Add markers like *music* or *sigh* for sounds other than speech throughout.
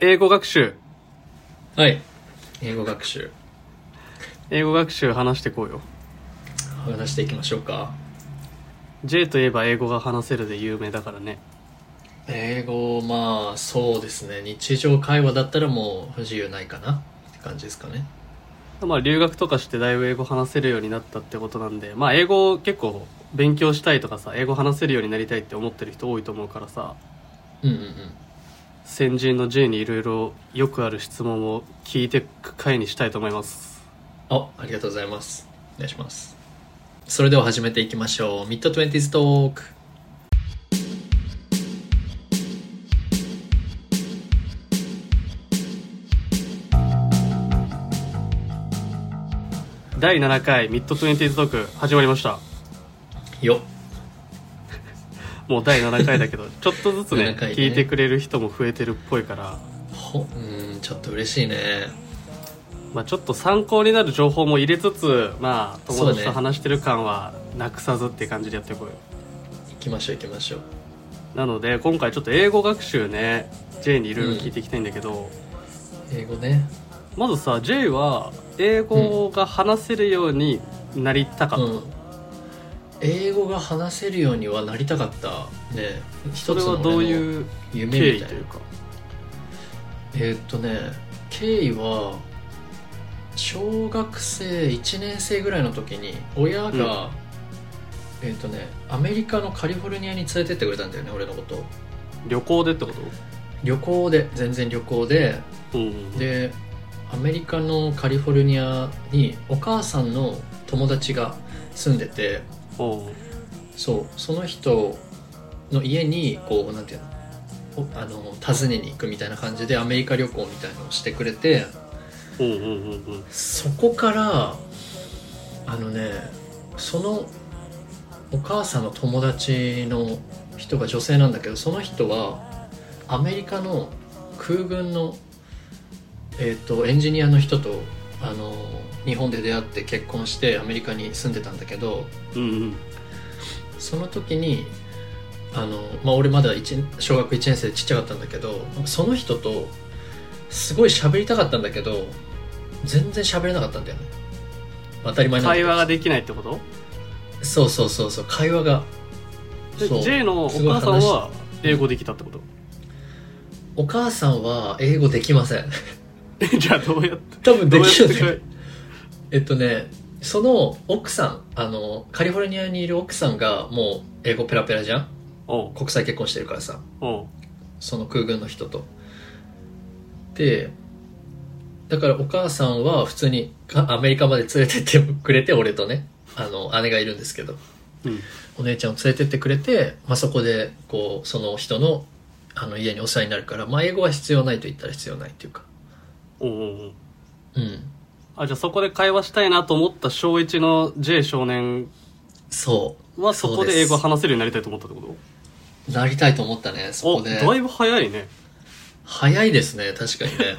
英語学習。はい。英語学習、英語学習話してこうよ。話していきましょうか。 J といえば英語が話せるで有名だからね。英語、まあ、そうですね。日常会話だったらもう不自由ないかなって感じですかね。まあ留学とかしてだいぶ英語話せるようになったってことなんで、まあ英語結構勉強したいとかさ、英語話せるようになりたいって思ってる人多いと思うからさ、うんうんうん。先人の J にいろいろよくある質問を聞いてく回にしたいと思います。あ、ありがとうございます。お願いします。それでは始めていきましょう。ミッドトゥエンティーズトーク。第7回ミッドトゥエンティーズトーク始まりました。よっ。もう第7回だけど、ちょっとずつね7、回ね聞いてくれる人も増えてるっぽいから、ほ、うーん、ちょっと嬉しいね。まあ、ちょっと参考になる情報も入れつつ、まあ、友そう達ねと話してる感はなくさずって感じでやっていこうよ行きましょう行きましょう。なので今回ちょっと英語学習ね J にいろいろ聞いていきたいんだけど、英語ね。まずさ J は英語が話せるようになりたかった、うん、英語が話せるようにはなりたかったねそ一れつのはどうういう経夢み緯たいとないうかえーっとね経緯は小学生1年生ぐらいの時に親が、うんえーっとねアメリカのカリフォルニアに連れてってくれたんだよね俺のことを旅行でってこと旅行で全然旅行でうんうんでアメリカのカリフォルニアにお母さんの友達が住んでておうそうその人の家にこうなんていうのおあの訪ねに行くみたいな感じでアメリカ旅行みたいのをしてくれてうんうんうんうんそこからあのねそのお母さんの友達の人が女性なんだけどその人はアメリカの空軍の、えー、とエンジニアの人とあの日本で出会って結婚してアメリカに住んでたんだけどうんうんその時にあの、まあ、俺まだ一小学1年生でちっちゃかったんだけどその人とすごい喋りたかったんだけど全然喋れなかったんだよね当たり前なんだけ会ど話ができないってことそうそうそうそう会話がでそう J のお母さんは英語できたってことお母さんは英語できませ *laughs* んえじゃあどうやって多分どでうやっきてるんだ会よえっとねその奥さんあのカリフォルニアにいる奥さんがもう英語ペラペラじゃんおう国際結婚してるからさおうその空軍の人と。でだからお母さんは普通にかアメリカまで連れてってくれて俺とねあの姉がいるんですけどうんお姉ちゃんを連れてってくれて、まあ、そこでこうその人のあの家にお世話になるから、まあ、英語は必要ないと言ったら必要ないっていうか、おうおうおううん、あじゃあそこで会話したいなと思った小1の J 少年そはそこそうでで英す語話せるようになりたいと思ったってこうなりたいと思ったねそとこでおだいぶ早いね早いですね確かにね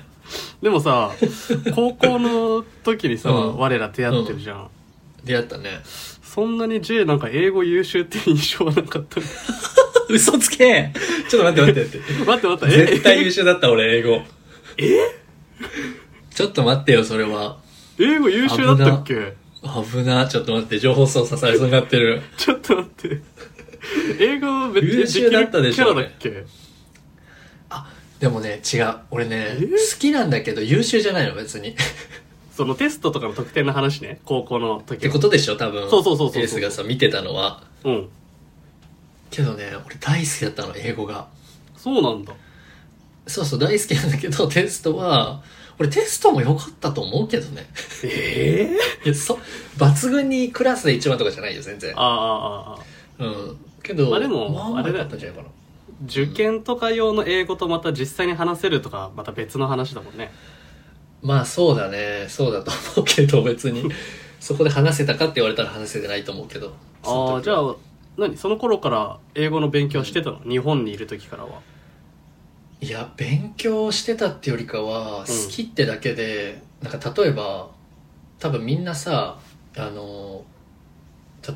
でもさ *laughs* 高校の時にさ、うん我ら出会ってるじゃん、出会ったねそんなに J なんか英語優秀って印象はなかった *laughs* *laughs* 嘘つけ *laughs* ちょっと待って待って待って待って待って *laughs* 絶対優秀だった俺英語えちょっと待ってよそれはえ英語優秀だったっけ危なちょっと待って情報操作されそうになってるちょっと待って英語めっ優ちゃ秀だでっきたでるキしャょラだっけでもね違う俺ねえ好きなんだけど優秀じゃないの別にっそのテストとかの得点の話ね高校の時てことでしょ多分そうそうそうそうそうエースがさ見てたのはうんけどね俺大好きだったの英語がそうなんだそうそう大好きなんだけどテストは俺テストも良かったと思うけど *laughs* ねええいやそ抜群にクラスで一番とかじゃないよ全然あああああうんけどまあでもまあまあれだよ良かったんじゃないかな受験とか用の英語とまた実際に話せるとかまた別の話だもんねまあそうだねそうだと思うけど別 *laughs* にそこで話せたかって言われたら話せてないと思うけどああじゃああ何その頃から英語の勉強はしてたの、日本にいる時からはいや勉強してたってよりかは好きってだけで、なんか例えば多分みんなさあの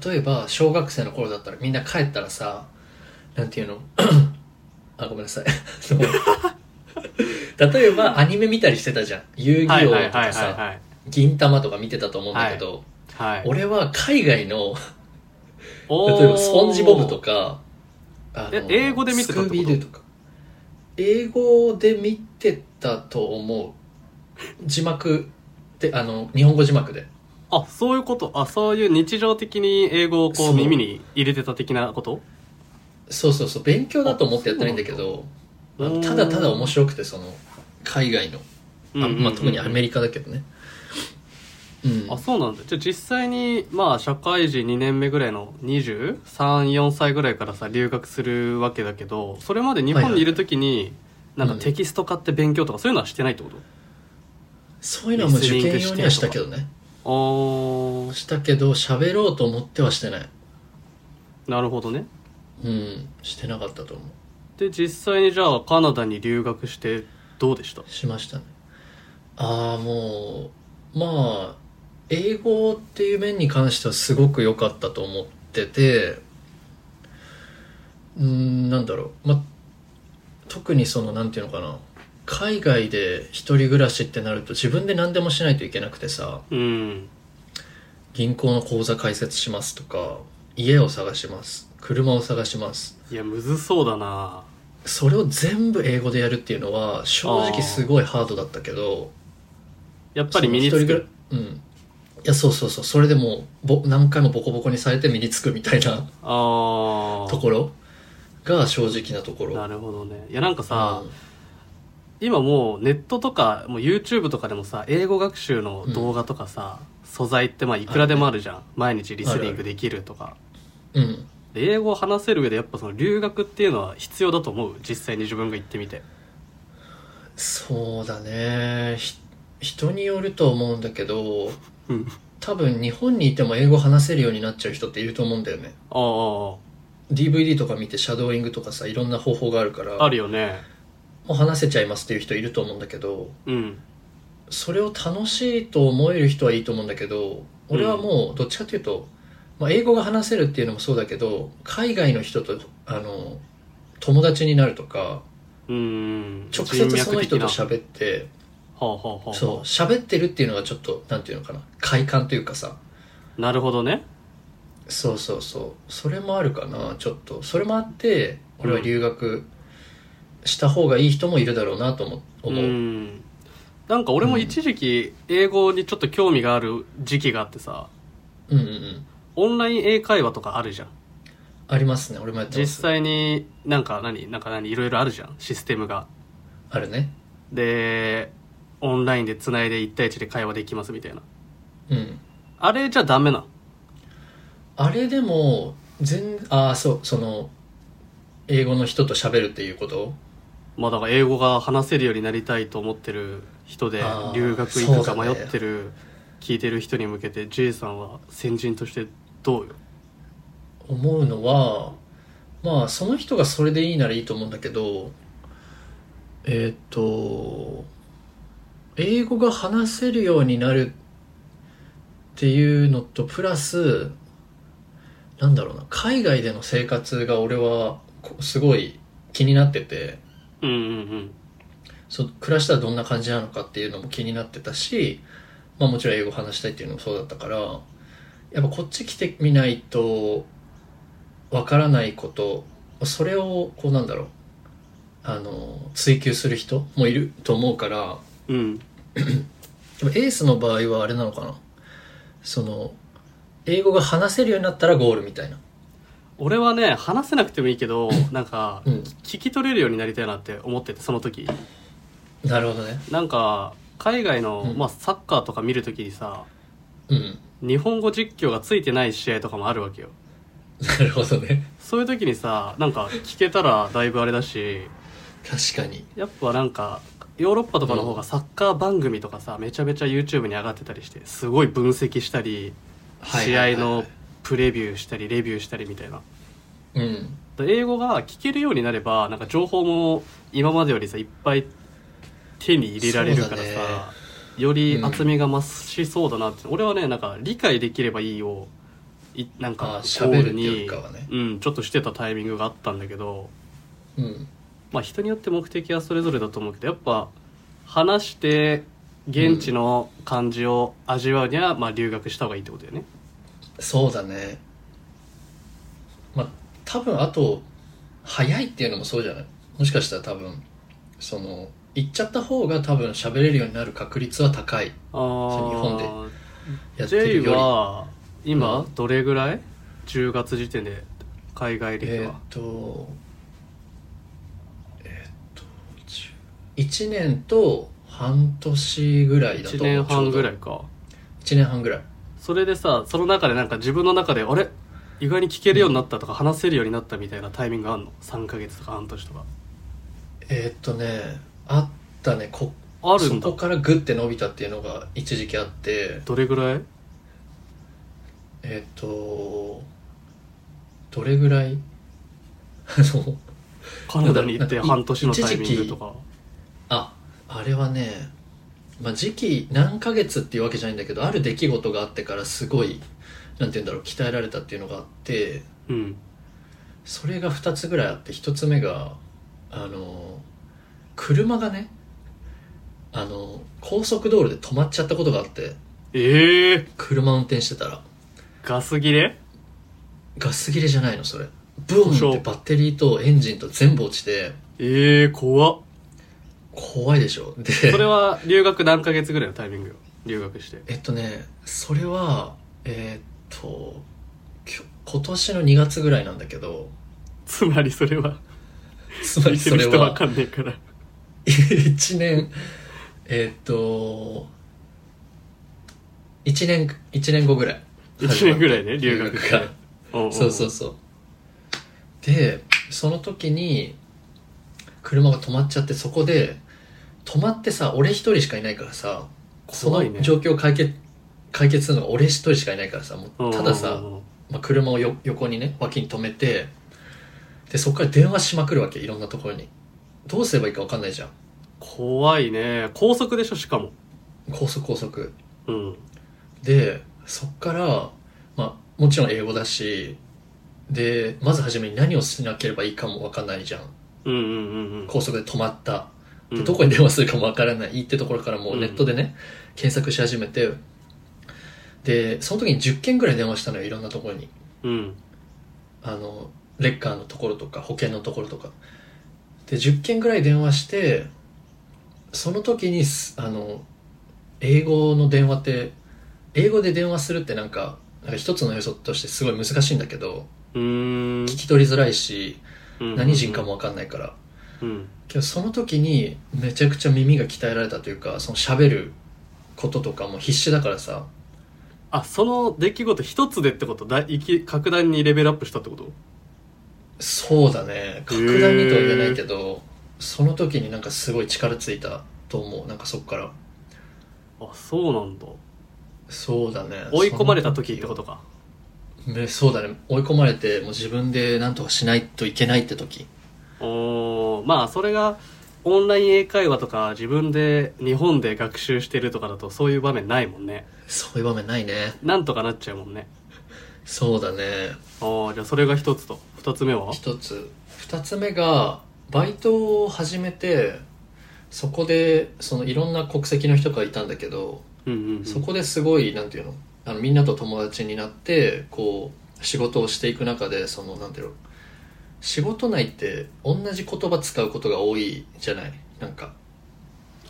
例えば小学生の頃だったらみんな帰ったら *coughs* さなんていうのあごめんなさいあ *laughs* の例えばアニメ見たりしてたじゃん遊は戯い王はいとはいかはいさはい銀魂とか見てたと思うんだけど、はい俺は海外のおー例えばスポンジボブとかあえ英語で見てたってことスクービーデーとか英語で見てたと思う字幕であの日本語字幕であそういうことあそういう日常的に英語をこそうう耳に入れてた的なことそうそうそう勉強だと思ってやってないんだけどあそうなんだただただ面白くてその海外のあうんうんうんまあ、特にアメリカだけどねうんあそうなんだじゃあ実際にまあ社会人2年目ぐらいの234歳ぐらいからさ留学するわけだけどそれまで日本にいる時になんかうんテキスト化って勉強とかそういうのはしてないってことそういうのはもう受験用にはしたけどねあーしたけど喋ろうと思ってはしてないなるほどねうんしてなかったと思で実際にじゃあカナダに留学してどうでしたうしましたねああもうまあ英語っていう面に関してはすごく良かったと思っててうんなんだろうまあ特にそのなんていうのかな海外で一人暮らしってなると自分で何でもしないといけなくてさうん銀行の口座開設しますとか家を探します車を探しますいやむずそうだなそれを全部英語でやるっていうのは正直すごいハードだったけどやっぱり身につそのく一人ぐらいうんいやそうそうそうそれでもうぼ何回もボコボコにされて身につくみたいなあところが正直なとこあろなるほどねいやなんかさ、あ今もうネットとかもう YouTube とかでもさ英語学習の動画とかさ、素材ってまあいくらでもあるじゃん、毎日リスニングできるとかうんで英語を話せる上でやっぱその留学っていうのは必要だと思う実際に自分が行ってみてそうだねひ人によると思うんだけどうん多分日本にいても英語話せるようになっちゃう人っていると思うんだよねああ DVD とか見てシャドーイングとかさいろんな方法があるからあああるよねもう話せちゃいますっていう人いると思うんだけどうんそれを楽しいと思える人はいいと思うんだけど俺はもうどっちかというと、まあ、英語が話せるっていうのもそうだけど海外の人とあの友達になるとかうん直接その人と人脈的な喋ってはあはあはあはあそう喋ってるっていうのがちょっとなんていうのかな快感というかさなるほどねそうそうそうそれもあるかなちょっとそれもあって俺は留学した方がいい人もいるだろうなと思う思う、んなんか俺も一時期英語にちょっと興味がある時期があってさうんうんうんオンライン英会話とかあるじゃんありますね俺もやってま実す際になんか何なんか何いろいろあるじゃんシステムがあるねでオンラインでつないで1対1で会話できますみたいなうんあれじゃダメなあれでも全ああそうその英語の人と喋るっていうことまあだから英語が話せるようになりたいと思ってる人であー留学行くそかうだ迷ねってる、聞いてる人に向けて J さんは先人としてどうよ思うのはまあその人がそれでいいならいいと思うんだけどえーっと英語が話せるようになるっていうのとプラスなんだろうな海外での生活が俺はこすごい気になっててうんうんそう暮らしたらどんな感じなのかっていうのも気になってたし、まあ、もちろん英語話したいっていうのもそうだったからやっぱこっち来てみないとわからないことそれをこうなんだろうあの追求する人もいると思うからうんうんでもエースの場合はあれなのかなその英語が話せるようになったらゴールみたいな。俺はね話せなくてもいいけどなんかうん、聞き取れるようになりたいなって思っててその時なるほどね。なんか海外の、うんまあ、サッカーとか見るときにさうん。 *laughs* 日本語実況がついてない試合とかもあるわけよなるほどね。そういう時にさなんか聞けたらだいぶあれだし確かに。やっぱなんかヨーロッパとかの方がサッカー番組とかさめちゃめちゃ YouTube に上がってたりしてすごい分析したりはい試はいはい合のプレビューしたりレビューしたりみたいなうん。だ英語が聞けるようになればなんか情報も今までよりさいっぱい手に入れられるからさ、そうだねより厚みが増しそうだなって、俺はねなんか理解できればいいをいなんあか喋るっていうよりかはねゴールにうん、ちょっとしてたタイミングがあったんだけど、うん。まあ、人によって目的はそれぞれだと思うけどやっぱ話して現地の感じを味わうには、まあ、留学した方がいいってことだよねそうだねまあ多分あと早いっていうのもそうじゃないもしかしたら多分その行っちゃった方が多分喋れるようになる確率は高いああそう日本でやって J るよはう今んどれぐらい、10月時点で海外り歴は、えーっとえーっと1年と半年ぐらいだと1思年う半ぐらちょういかど一年半ぐらいそれでさその中でなんか自分の中であれ意外に聞けるようになったとか話せるようになったみたいなタイミングあんの3ヶ月とか半年とかえーっとねあったねこあるそんだこからグッて伸びたっていうのが一時期あってどれぐらいえっ、とどれぐらい *laughs* あのカナダに行ってなんかい半年のタイミングとかああれはね、まあ、時期何ヶ月っていうわけじゃないんだけどある出来事があってからすごいなんて言うんだろう鍛えられたっていうのがあってうんそれが2つぐらいあって1つ目があの車がねあの高速道路で止まっちゃったことがあってええー、車運転してたらガス切れガス切れじゃないのそれブーンってバッテリーとエンジンと全部落ちてええー、怖っ怖いでしょでそれは留学何ヶ月ぐらいのタイミングよ留学してえっとねそれはえーっときょ今年の2月ぐらいなんだけ *laughs* どつまりそれはつま聞りいてそるれ人わはかんねえから1年えーっと1年一年後ぐらい1年ぐらいね *laughs* 留学がそそうそうそうでその時に車が止まっちゃってそこで止まってさ俺一人しかいないからさそ怖いねの状況を解決解決するのが俺一人しかいないからさもうたださ、まあ、車をよ横にね脇に止めてでそこから電話しまくるわけいろんなところにどうすればいいか分かんないじゃん怖いね高速でしょしかも高速高速うんでそっから、まあ、もちろん英語だしでまず初めに何をしなければいいかも分かんないじゃんうんうんうんうん高速で止まったうでんどこに電話するかもわからないってところからもうネットでね、検索し始めてでその時に10件ぐらい電話したのよいろんなところにうんあのレッカーのところとか保険のところとかで10件ぐらい電話してその時にすあの英語の電話って英語で電話するってなんかなんか一つの要素としてすごい難しいんだけどうーん聞き取りづらいし何人かももわかんないからうんけどその時にめちゃくちゃ耳が鍛えられたというかその喋ることとかも必死だからさあその出来事一つでってことだいき格段にレベルアップしたってことそうだね格段にとは言えないけどその時になんかすごい力ついたと思うなんかそっからあそうなんだそうだね追い込まれた時ってことかそのねそうだね追い込まれてもう自分で何とかしないといけないって時おーまあそれがオンライン英会話とか自分で日本で学習してるとかだとそういう場面ないもんねそういう場面ないねなんとかなっちゃうもんねそうだねおーじゃあそれが一つと二つ目は一つ二つ目がバイトを始めてそこでそのいろんな国籍の人がいたんだけどうんうん、うん、そこですごいなんていうのあのみんなと友達になってこう仕事をしていく中でそのなんていうの仕事内って同じ言葉使うことが多いじゃないなんか、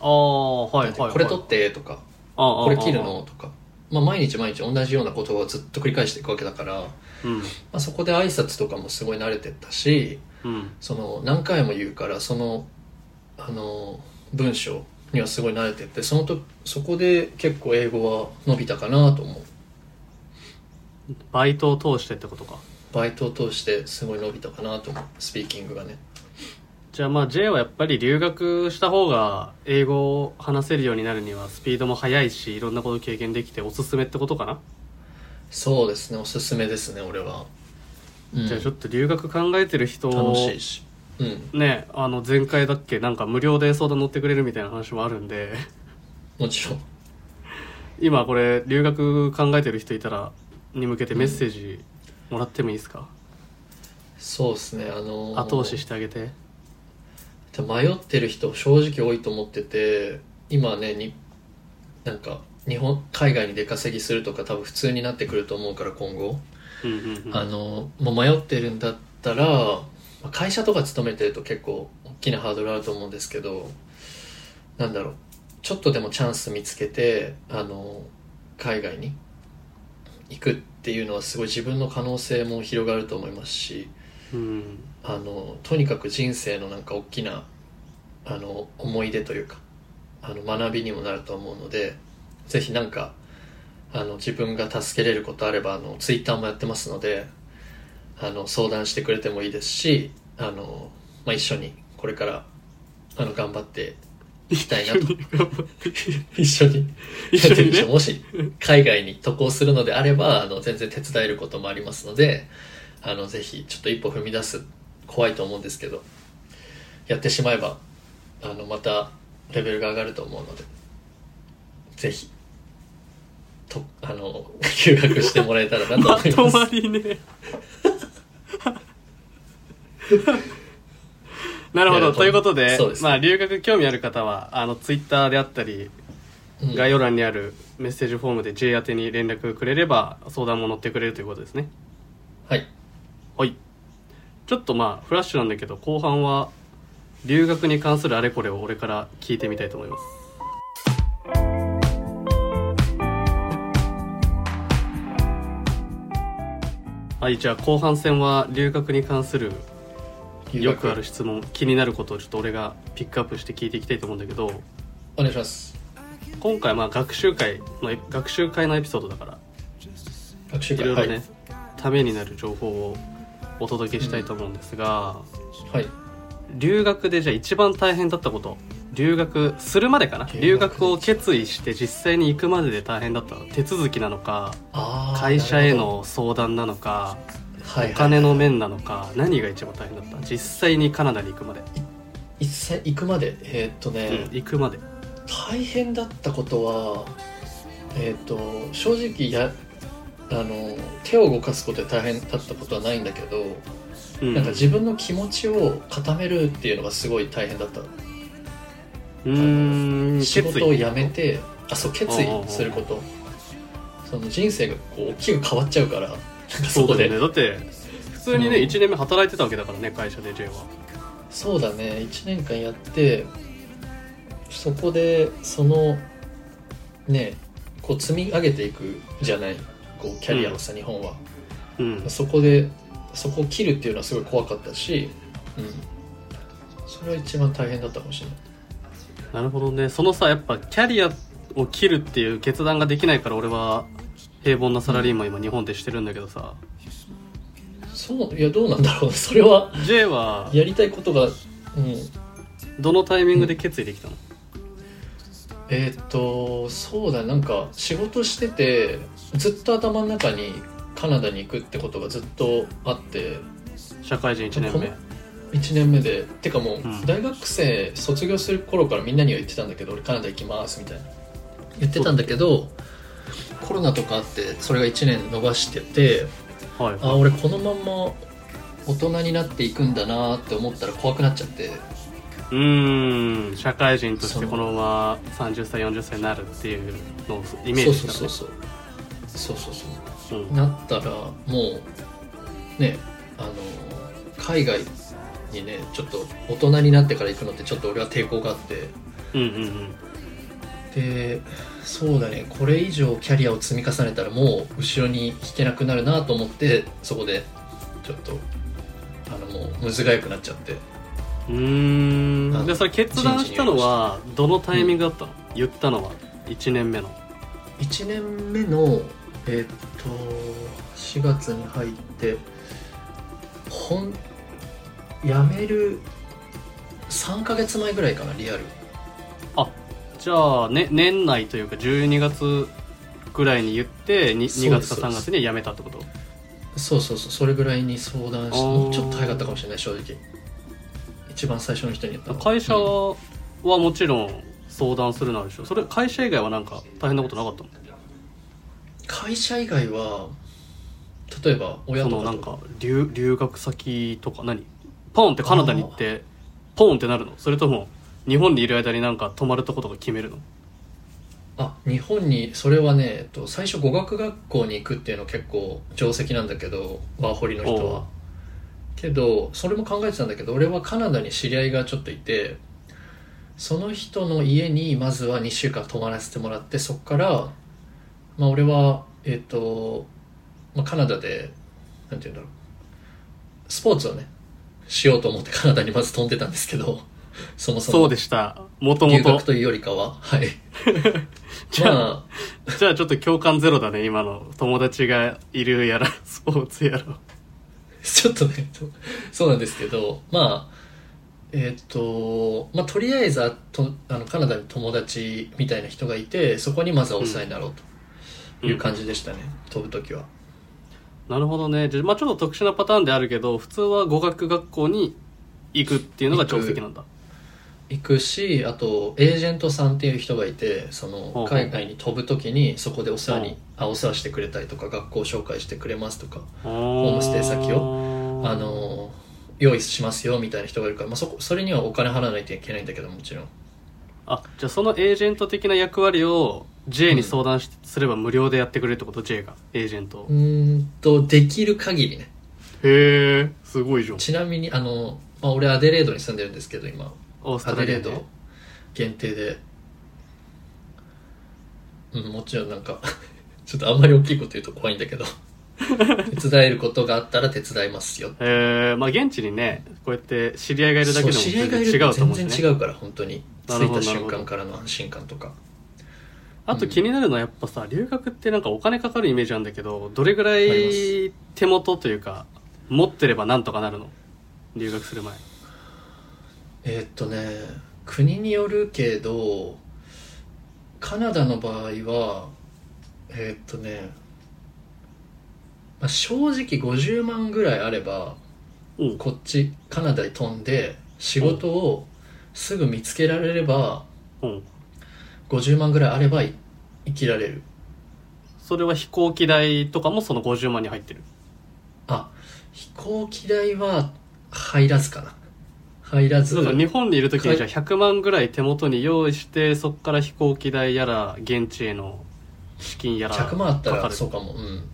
ああはいなはい、んていうはい、のこれ取ってとかああああこれ切るのとか、まあ、毎日毎日同じような言葉をずっと繰り返していくわけだから、まうんあ、そこで挨拶とかもすごい慣れてったしうんその何回も言うからそのあの文章にはすごい慣れてってそのとそこで結構英語は伸びたかなと思う。バイトを通してってことかバイトを通してすごい伸びたかなと思うスピーキングがねじゃあまあ J はやっぱり留学した方が英語を話せるようになるにはスピードも速いしいろんなこと経験できておすすめってことかな、そうですねおすすめですね俺は、うんじゃあちょっと留学考えてる人楽しいしうんねあの前回だっけなんか無料で相談乗ってくれるみたいな話もあるんで *laughs* もちろん今これ留学考えてる人いたらに向けてメッセージもらってもいいですか、そうですねあのー後押ししてあげてで迷ってる人正直多いと思ってて今ねになんか日本海外に出稼ぎするとか多分普通になってくると思うから今後、うんうんうんあのもう迷ってるんだったらまあ会社とか勤めてると結構大きなハードルあると思うんですけどなんだろうちょっとでもチャンス見つけてあの海外に行くっていうのはすごい自分の可能性も広がると思いますしうんあのとにかく人生のなんか大きなあの思い出というかあの学びにもなると思うのでぜひなんかあの自分が助けれることあればあのツイッターもやってますのであの相談してくれてもいいですしあの、まあ、一緒にこれからあの頑張っていきたい *laughs* なと一緒に一緒にねもし海外に渡航するのであればあの全然手伝えることもありますのであのぜひちょっと一歩踏み出す怖いと思うんですけどやってしまえばあのまたレベルが上がると思うのでぜひとあの *laughs* 休学してもらえたらなまと思といまますりね *laughs* なるほどということでそうですまあ、留学興味ある方はあのツイッターであったりうん概要欄にあるメッセージフォームで J 宛てに連絡くれれば相談も乗ってくれるということですねはいはいちょっとまあフラッシュなんだけど後半は留学に関するあれこれを俺から聞いてみたいと思いますはいじゃあ後半戦は留学に関する留よ学くある質問気になることをちょっと俺がピックアップして聞いていきたいと思うんだけどお願いします今回まあ学習会の学習会のエピソードだから学習い会ろいろね、はいためになる情報をお届けしたいと思うんですが、はい留学でじゃあ一番大変だったこと留学するまでかな留学留学を決意して実際に行くまでで大変だった手続きなのかあー会社へなるほの相談なのかどはいはいお金の面なのか何が一番大変だった実際にカナダに行くまで、一切行くまでえーっとね、うん、行くまで大変だったことはえっ、と正直やあの手を動かすことで大変だったことはないんだけど、うんなんか自分の気持ちを固めるっていうのがすごい大変だったのうーん仕決事を意辞めてあそう決意することその人生がこう大きく変わっちゃうからなんかそそうこだでよねだって普通にねうん1年目働いてたわけだからね会社で J はそうだね1年間やってそこでそのねこう積み上げていくじゃないこうキャリアをさ、日本はうんそこでそこを切るっていうのはすごい怖かったし、うん、それは一番大変だったかもしれないなるほどねそのさやっぱキャリアを切るっていう決断ができないから俺は平凡なサラリーマン今日本でしてるんだけどさそういやどうなんだろう *laughs* それは J はやりたいことが、うん、どのタイミングで決意できたのえーっとそうだなんか仕事しててずっと頭の中にカナダに行くってことがずっとあって社会人1年目1年目でてかもうんう大学生卒業する頃からみんなには言ってたんだけど俺カナダ行きますみたいな言ってたんだけどコロナとかあってそれが1年伸ばしててはいあ俺このまんま大人になっていくんだなって思ったら怖くなっちゃってうーん社会人としそてのこのまま30歳40歳になるっていうのをイメーそうジそうしたそうねそうそうそうそううんなったらもうねあの海外にねちょっと大人になってから行くのってちょっと俺は抵抗があってうんうんうんでそうだねこれ以上キャリアを積み重ねたらもう後ろに引けなくなるなと思ってそこでちょっとあのもうむずがゆくなっちゃってうーあんでそれ決断したのはどのタイミングだったの、言ったのは1年目の1年目のえーっと4月に入って本辞める3ヶ月前ぐらいかなリアルじゃあ、ね、年内というか12月ぐらいに言って 2, そうで月すか3月に辞めたってことそうそうそうそれぐらいに相談しあてーもうちょっと早かったかもしれない正直一番最初の人に言ったの会社うんはもちろん相談するなるでしょそれ会社以外はなんか大変なことなかったの会社以外は例えば親そとのなかんとか留留学先とか何ポンってカナダに行ってポンってなるのそれとも日本にいる間になんか泊まるとことか決めるのあ日本にそれはね、えっと、最初語学学校に行くっていうの結構定石なんだけどワーホリの人おうはけどそれも考えてたんだけど俺はカナダに知り合いがちょっといてその人の家にまずは2週間泊まらせてもらってそこから、まあ、俺は、えっとまあ、カナダでなんて言うんだろうスポーツをねしようと思ってカナダにまず飛んでたんですけどそもそそうもでしたもとも留と学というよりかははい *laughs* じゃあまあじゃあちょっと共感ゼロだね今の友達がいるやらスポーツやらちょっとね、とそうなんですけど、まあ、えーっ、と、まあ、とりあえずあとあの、カナダに友達みたいな人がいて、そこにまずはお世話になろうという感じでしたね、飛ぶときは。なるほどねじゃあ、まあ、ちょっと特殊なパターンであるけど普通は語学学校に行くっていうのが定石なんだ行くし、あと、エージェントさんっていう人がいて、そほうの、海外に飛ぶときに、そこでお世話に、あ、お世話してくれたりとか、学校紹介してくれますとか、ホームステイ先をあの、用意しますよみたいな人がいるから、まあ、そこ、それにはお金払わないといけないんだけど、もちろん。あじゃあそのエージェント的な役割を J に相談し、すれば無料でやってくれるってこと J がエージェントを、うーんと、できる限りね。へえすごいじゃんちなみにあの、まあ、俺アデレードに住んでるんですけど今オースアトラデリレアードで限定で、うん、もちろんなんか *laughs* ちょっとあんまり大きいこと言うと怖いんだ *laughs* けど手伝えることがあったら手伝いますよえー、まあ現地にねこうやって知り合いがいるだけそうでも知り合い全然が違いるうとと思全うし然ね違うから本当に着なるいほどた瞬間からの安心感とかあと気になるのはやっぱさ留学ってなんかお金かかるイメージなんだけどどれぐらあいり手元というか持ってればなんとかなるの留学する前えーっとね国によるけどカナダの場合はえーっとね、まあ、正直50万ぐらいあればおうこっちカナダに飛んで仕事をすぐ見つけられればうん50万ぐらいあればい生きられるそれは飛行機代とかもその50万に入ってるあ飛行機代は入らずかな入らずそうそう日本にいる時にじゃあ100万ぐらい手元に用意してそこから飛行機代やら現地への資金やら100万あったかからるそうかも、うん、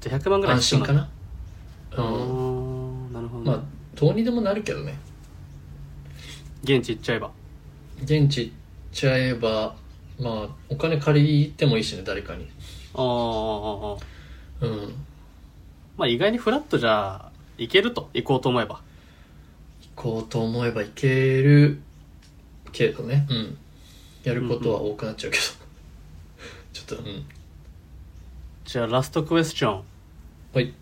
じゃあ100万ぐらい安心かな必う要なんだんあーなるほどね、まあどうにでもなるけどね現地行っちゃえば現地行っちゃえばまあお金借りてもいいしね誰かにあーあーあーあーうんまあ意外にフラットじゃあ行けると行こうと思えば行こうと思えば行けるけどねうんやることは多くなっちゃうけど *laughs* ちょっとうんじゃあラストクエスチョンはい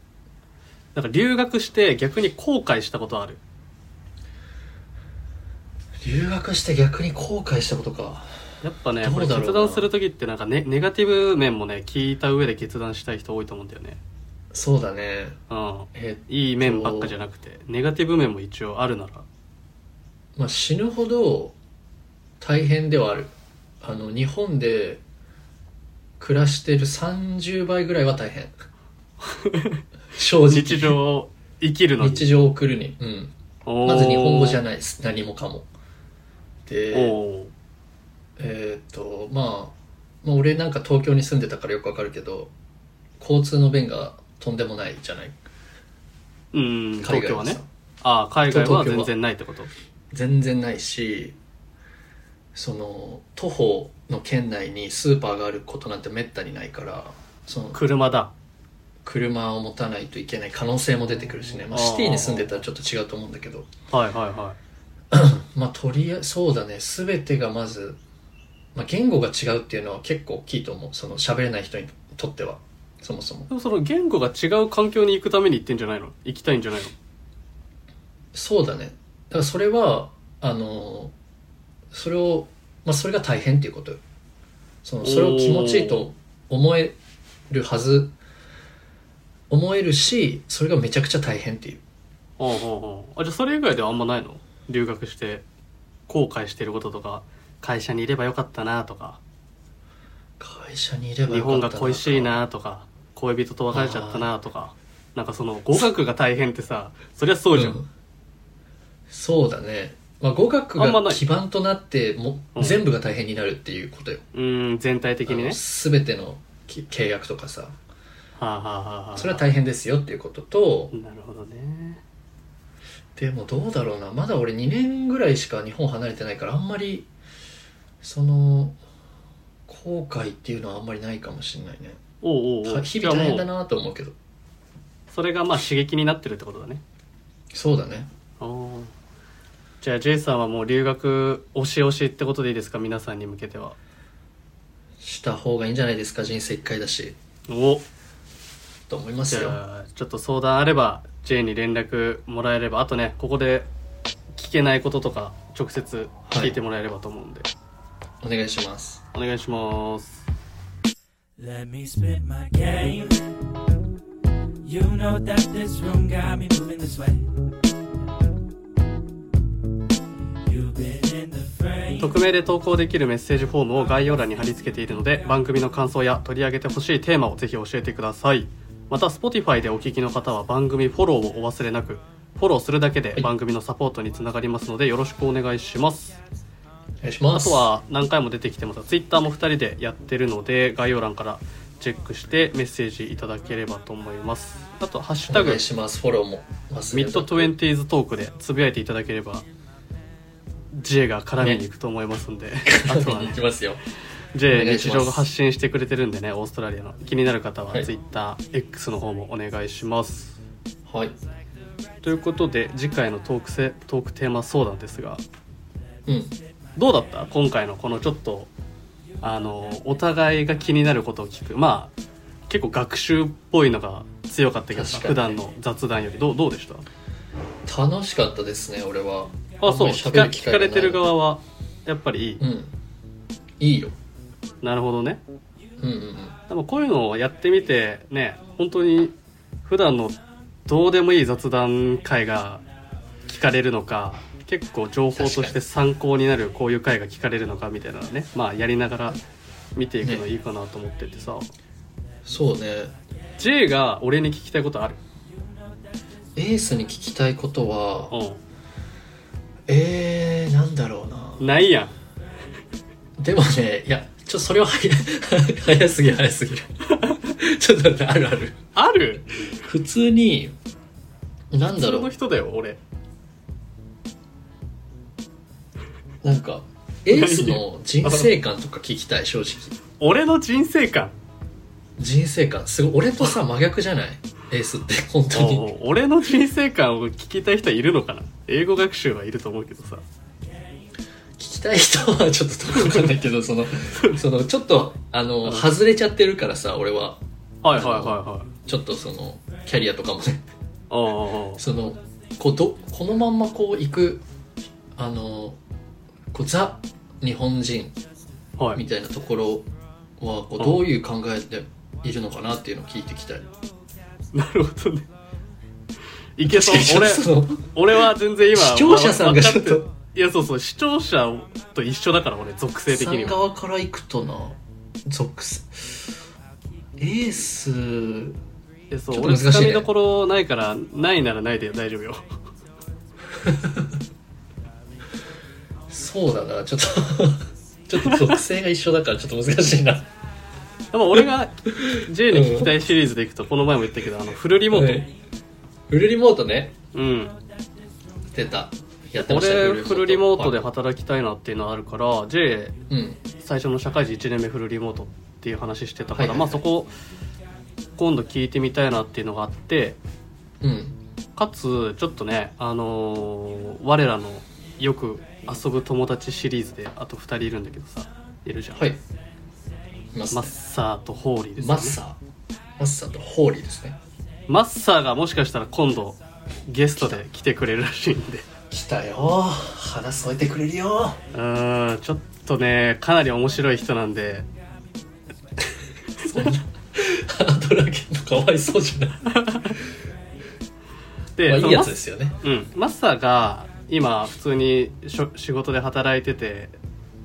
なんか留学して逆に後悔したことある留学して逆に後悔したことかやっぱねどうこれだろうな決断する時ってなんかねネガティブ面もね聞いた上で決断したい人多いと思うんだよねそうだねうんえいい面ばっかじゃなくてネガティブ面も一応あるならまあ、死ぬほど大変ではあるあの日本で暮らしてる30倍ぐらいは大 *laughs* 変正直日常を生きるのに日常を送るに、うん、まず日本語じゃないです何もかもおでーえーっとまあ、まあ俺なんか東京に住んでたからよくわかるけど交通の便がとんでもないじゃないうん海東外京ははさねああ海外は東京は全然ないってこと全然ないしその徒歩の圏内にスーパーがあることなんてめったにないからその車だ車を持たないといけない可能性も出てくるしね、まあ、あーシティに住んでたらちょっと違うと思うんだけどはいはいはまあとりあえずそうだね全てがまず、まあ、言語が違うっていうのは結構大きいと思うその喋れない人にとってはそもそもいでもその言語が違う環境に行くために行ってんじゃないの行きたいんじゃないのそうだねだからそれはあのそれを、まあ、それが大変っていうことよそのそれを気持ちいいと思えるはず思えるしそれがめちゃくちゃ大変っていうああああああじゃあそれ以外ではあんまないの留学して後悔してることとか会社にいればよかったなとか会社にいれば日よか本ったが恋しいなとか恋人と別れちゃったなとかなんかその語学が大変ってさそりゃそうじゃん、うんそうだねまあ、語学あんまがない基盤となっても、うん全部が大変になるっていうことよ、うん全体的にあねの全てのき契約とかさはあ、はあはあはあ、それは大変ですよっていうこととなるほどねでもどうだろうなまだ俺2年ぐらいしか日本離れてないからあんまりその後悔っていうのはあんまりないかもしれないねおうおうおうた日々大変だじゃあもなと思うけどうそれがまあ刺激になってるってことだねそうだねおーじゃあ J さんはもう留学推し推しってことでいいですか皆さんに向けてはした方がいいんじゃないですか人生1回だしおと思いますじよゃあちょっと相談あれば J に連絡もらえればあとねここで聞けないこととか直接聞いてもらえればと思うんで、お願いしますお願いします。 Let me spit my game. You know that this room got me moving this way. You've been in the frame. 匿名で投稿できるメッセージフォームを概要欄に貼り付けているので番組の感想や取り上げてほしいテーマをぜひ教えてくださいまた Spotify でお聞きの方は番組フォローをお忘れなくフォローするだけで番組のサポートにつながりますのでよろしくお願いしますお願いしまあすとは何回も出てきてますが Twitter も2人でやってるので概要欄からチェックしてメッセージいただければと思いますあと「ハッシュタおグ願いしますフォローも忘ミれなッくドトゥエンティーズトークでつぶやいていただければ J が絡みに行くと思いますんで、あとは見にね *laughs* 行きますよ J お願い日します常が発信してくれてるんでねオーストラリアの気になる方ははい TwitterX の方もお願いします、はいということで次回のトークせトークテーマ相談ですがうんどうだった今回のこのちょっとあのお互いが気になることを聞くまあ結構学習っぽいのが強かったけどさ確普か段にの雑談よりどうどうでした楽しかったですね俺はあそうあんまり聞喋かる機聞か会がないれてる側はやっぱりいい、うんいいよなるほどねうんうんうんでもこういうのをやってみてね本当に普段のどうでもいい雑談会が聞かれるのか結構情報として参考になるこういう会が聞かれるのかみたいなのねまあやりながら見ていくのいいかなと思っててさ、そうね J が俺に聞きたいことあるエースに聞きたいことはうえー、なんだろうなんないやんでもねいやちょっとそれは早い *laughs* 早すぎる早すぎる *laughs* ちょっと待ってあるあるある普通になんだそろのう人だよ俺なんかエースの人生観とか聞きたい正直俺の人生観人生観すごい俺とさ真逆じゃないエースって本当おにう俺の人生観を聞きたい人いるのかな英語学習はいると思うけどさ聞きたい人はちょっとどこかわかんないけど *laughs* そのそのちょっとあの外れちゃってるからさ俺ははいはいはいはいちょっとそのキャリアとかもねおうおうおうそのこうどこのまんまこう行くあのこうザ日本人はいみたいなところはこんうどういう考えでいるのかなっていうのを聞いてきたい。なるほどね。いけそう *laughs* その俺、俺は全然今、視聴者さんがわわかてちょっといや、そうそう、視聴者と一緒だから、俺、属性的さにんは。側から行くとな属性エースいや、そちう、ょっと俺、難しいねつかみどころないから、ないならないで大丈夫よ。そうだなちょっとちょっと *laughs* 属性が一緒だからちょっと難しいなでも、俺が J に聞きたいシリーズでいくと、この前も言ったけど、あの、フルリモーフルリモートねト。うん。出たやってましたね俺、フルリモートでは働きたいなっていうのはあるから、J、いうん最初の社会人1年目フルリモートっていう話してたから、はいはいはいまあ、そこ、今度聞いてみたいなっていうのがあって、うんかつちょっとねあのー我らのよく遊ぶ友達シリーズであと2人いるんだけどさいるじゃん、はいいますマねッサーとホーリーです、ね、マッサーマッサーとホーリーですねマッサーがもしかしたら今度ゲストで来てくれるらしいんで来たよ話添えてくれるよ *laughs* うーんちょっとねかなり面白い人なんでドラゲンのかわいそうじゃない、でまあ、いいそのマやつッですよねうん、マッサーが今普通にしょ仕事で働いてて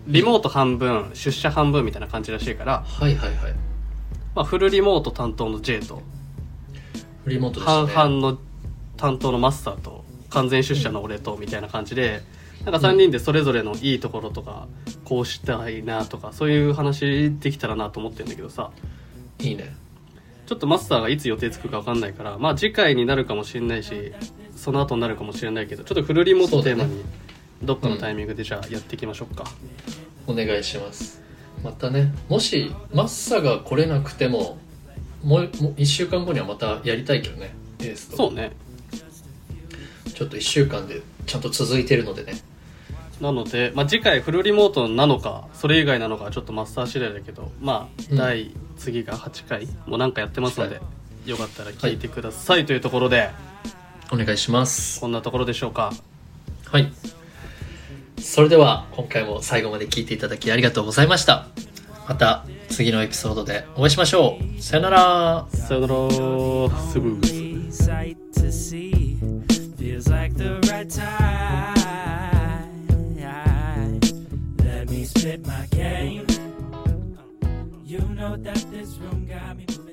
リモート半分出社半分みたいな感じらしいから、はいはいはいまあ、フルリモート担当の J とフリーモートでした半ね々の担当のマスターと完全出社の俺とみたいな感じで、なんか3人でそれぞれのいいところとかこうしたいなとかそういう話できたらなと思ってるんだけどさいいねちょっとマスターがいつ予定つくか分かんないからまあ次回になるかもしれないしその後になるかもしれないけどちょっとフルリモートをテーマそうにどっかのタイミングでじゃあやっていきましょうか、お願いしますまたねもしマッサが来れなくてももうもう1週間後にはまたやりたいけどねエースとそうねちょっと1週間でちゃんと続いてるのでねなので、まあ、次回フルリモートなのかそれ以外なのかはちょっとマスター次第だけどまうあん第、次が8回もうなんかやってますので、はよかったら聞いてくださいというところでお願いしますこんなところでしょうかはいそれでは今回も最後まで聞いていただきありがとうございましたまた次のエピソードでお会いしましょうさよならさよならすぐ。 Only sight to see feels like the right time. Let me spit my game. You know that this room got me.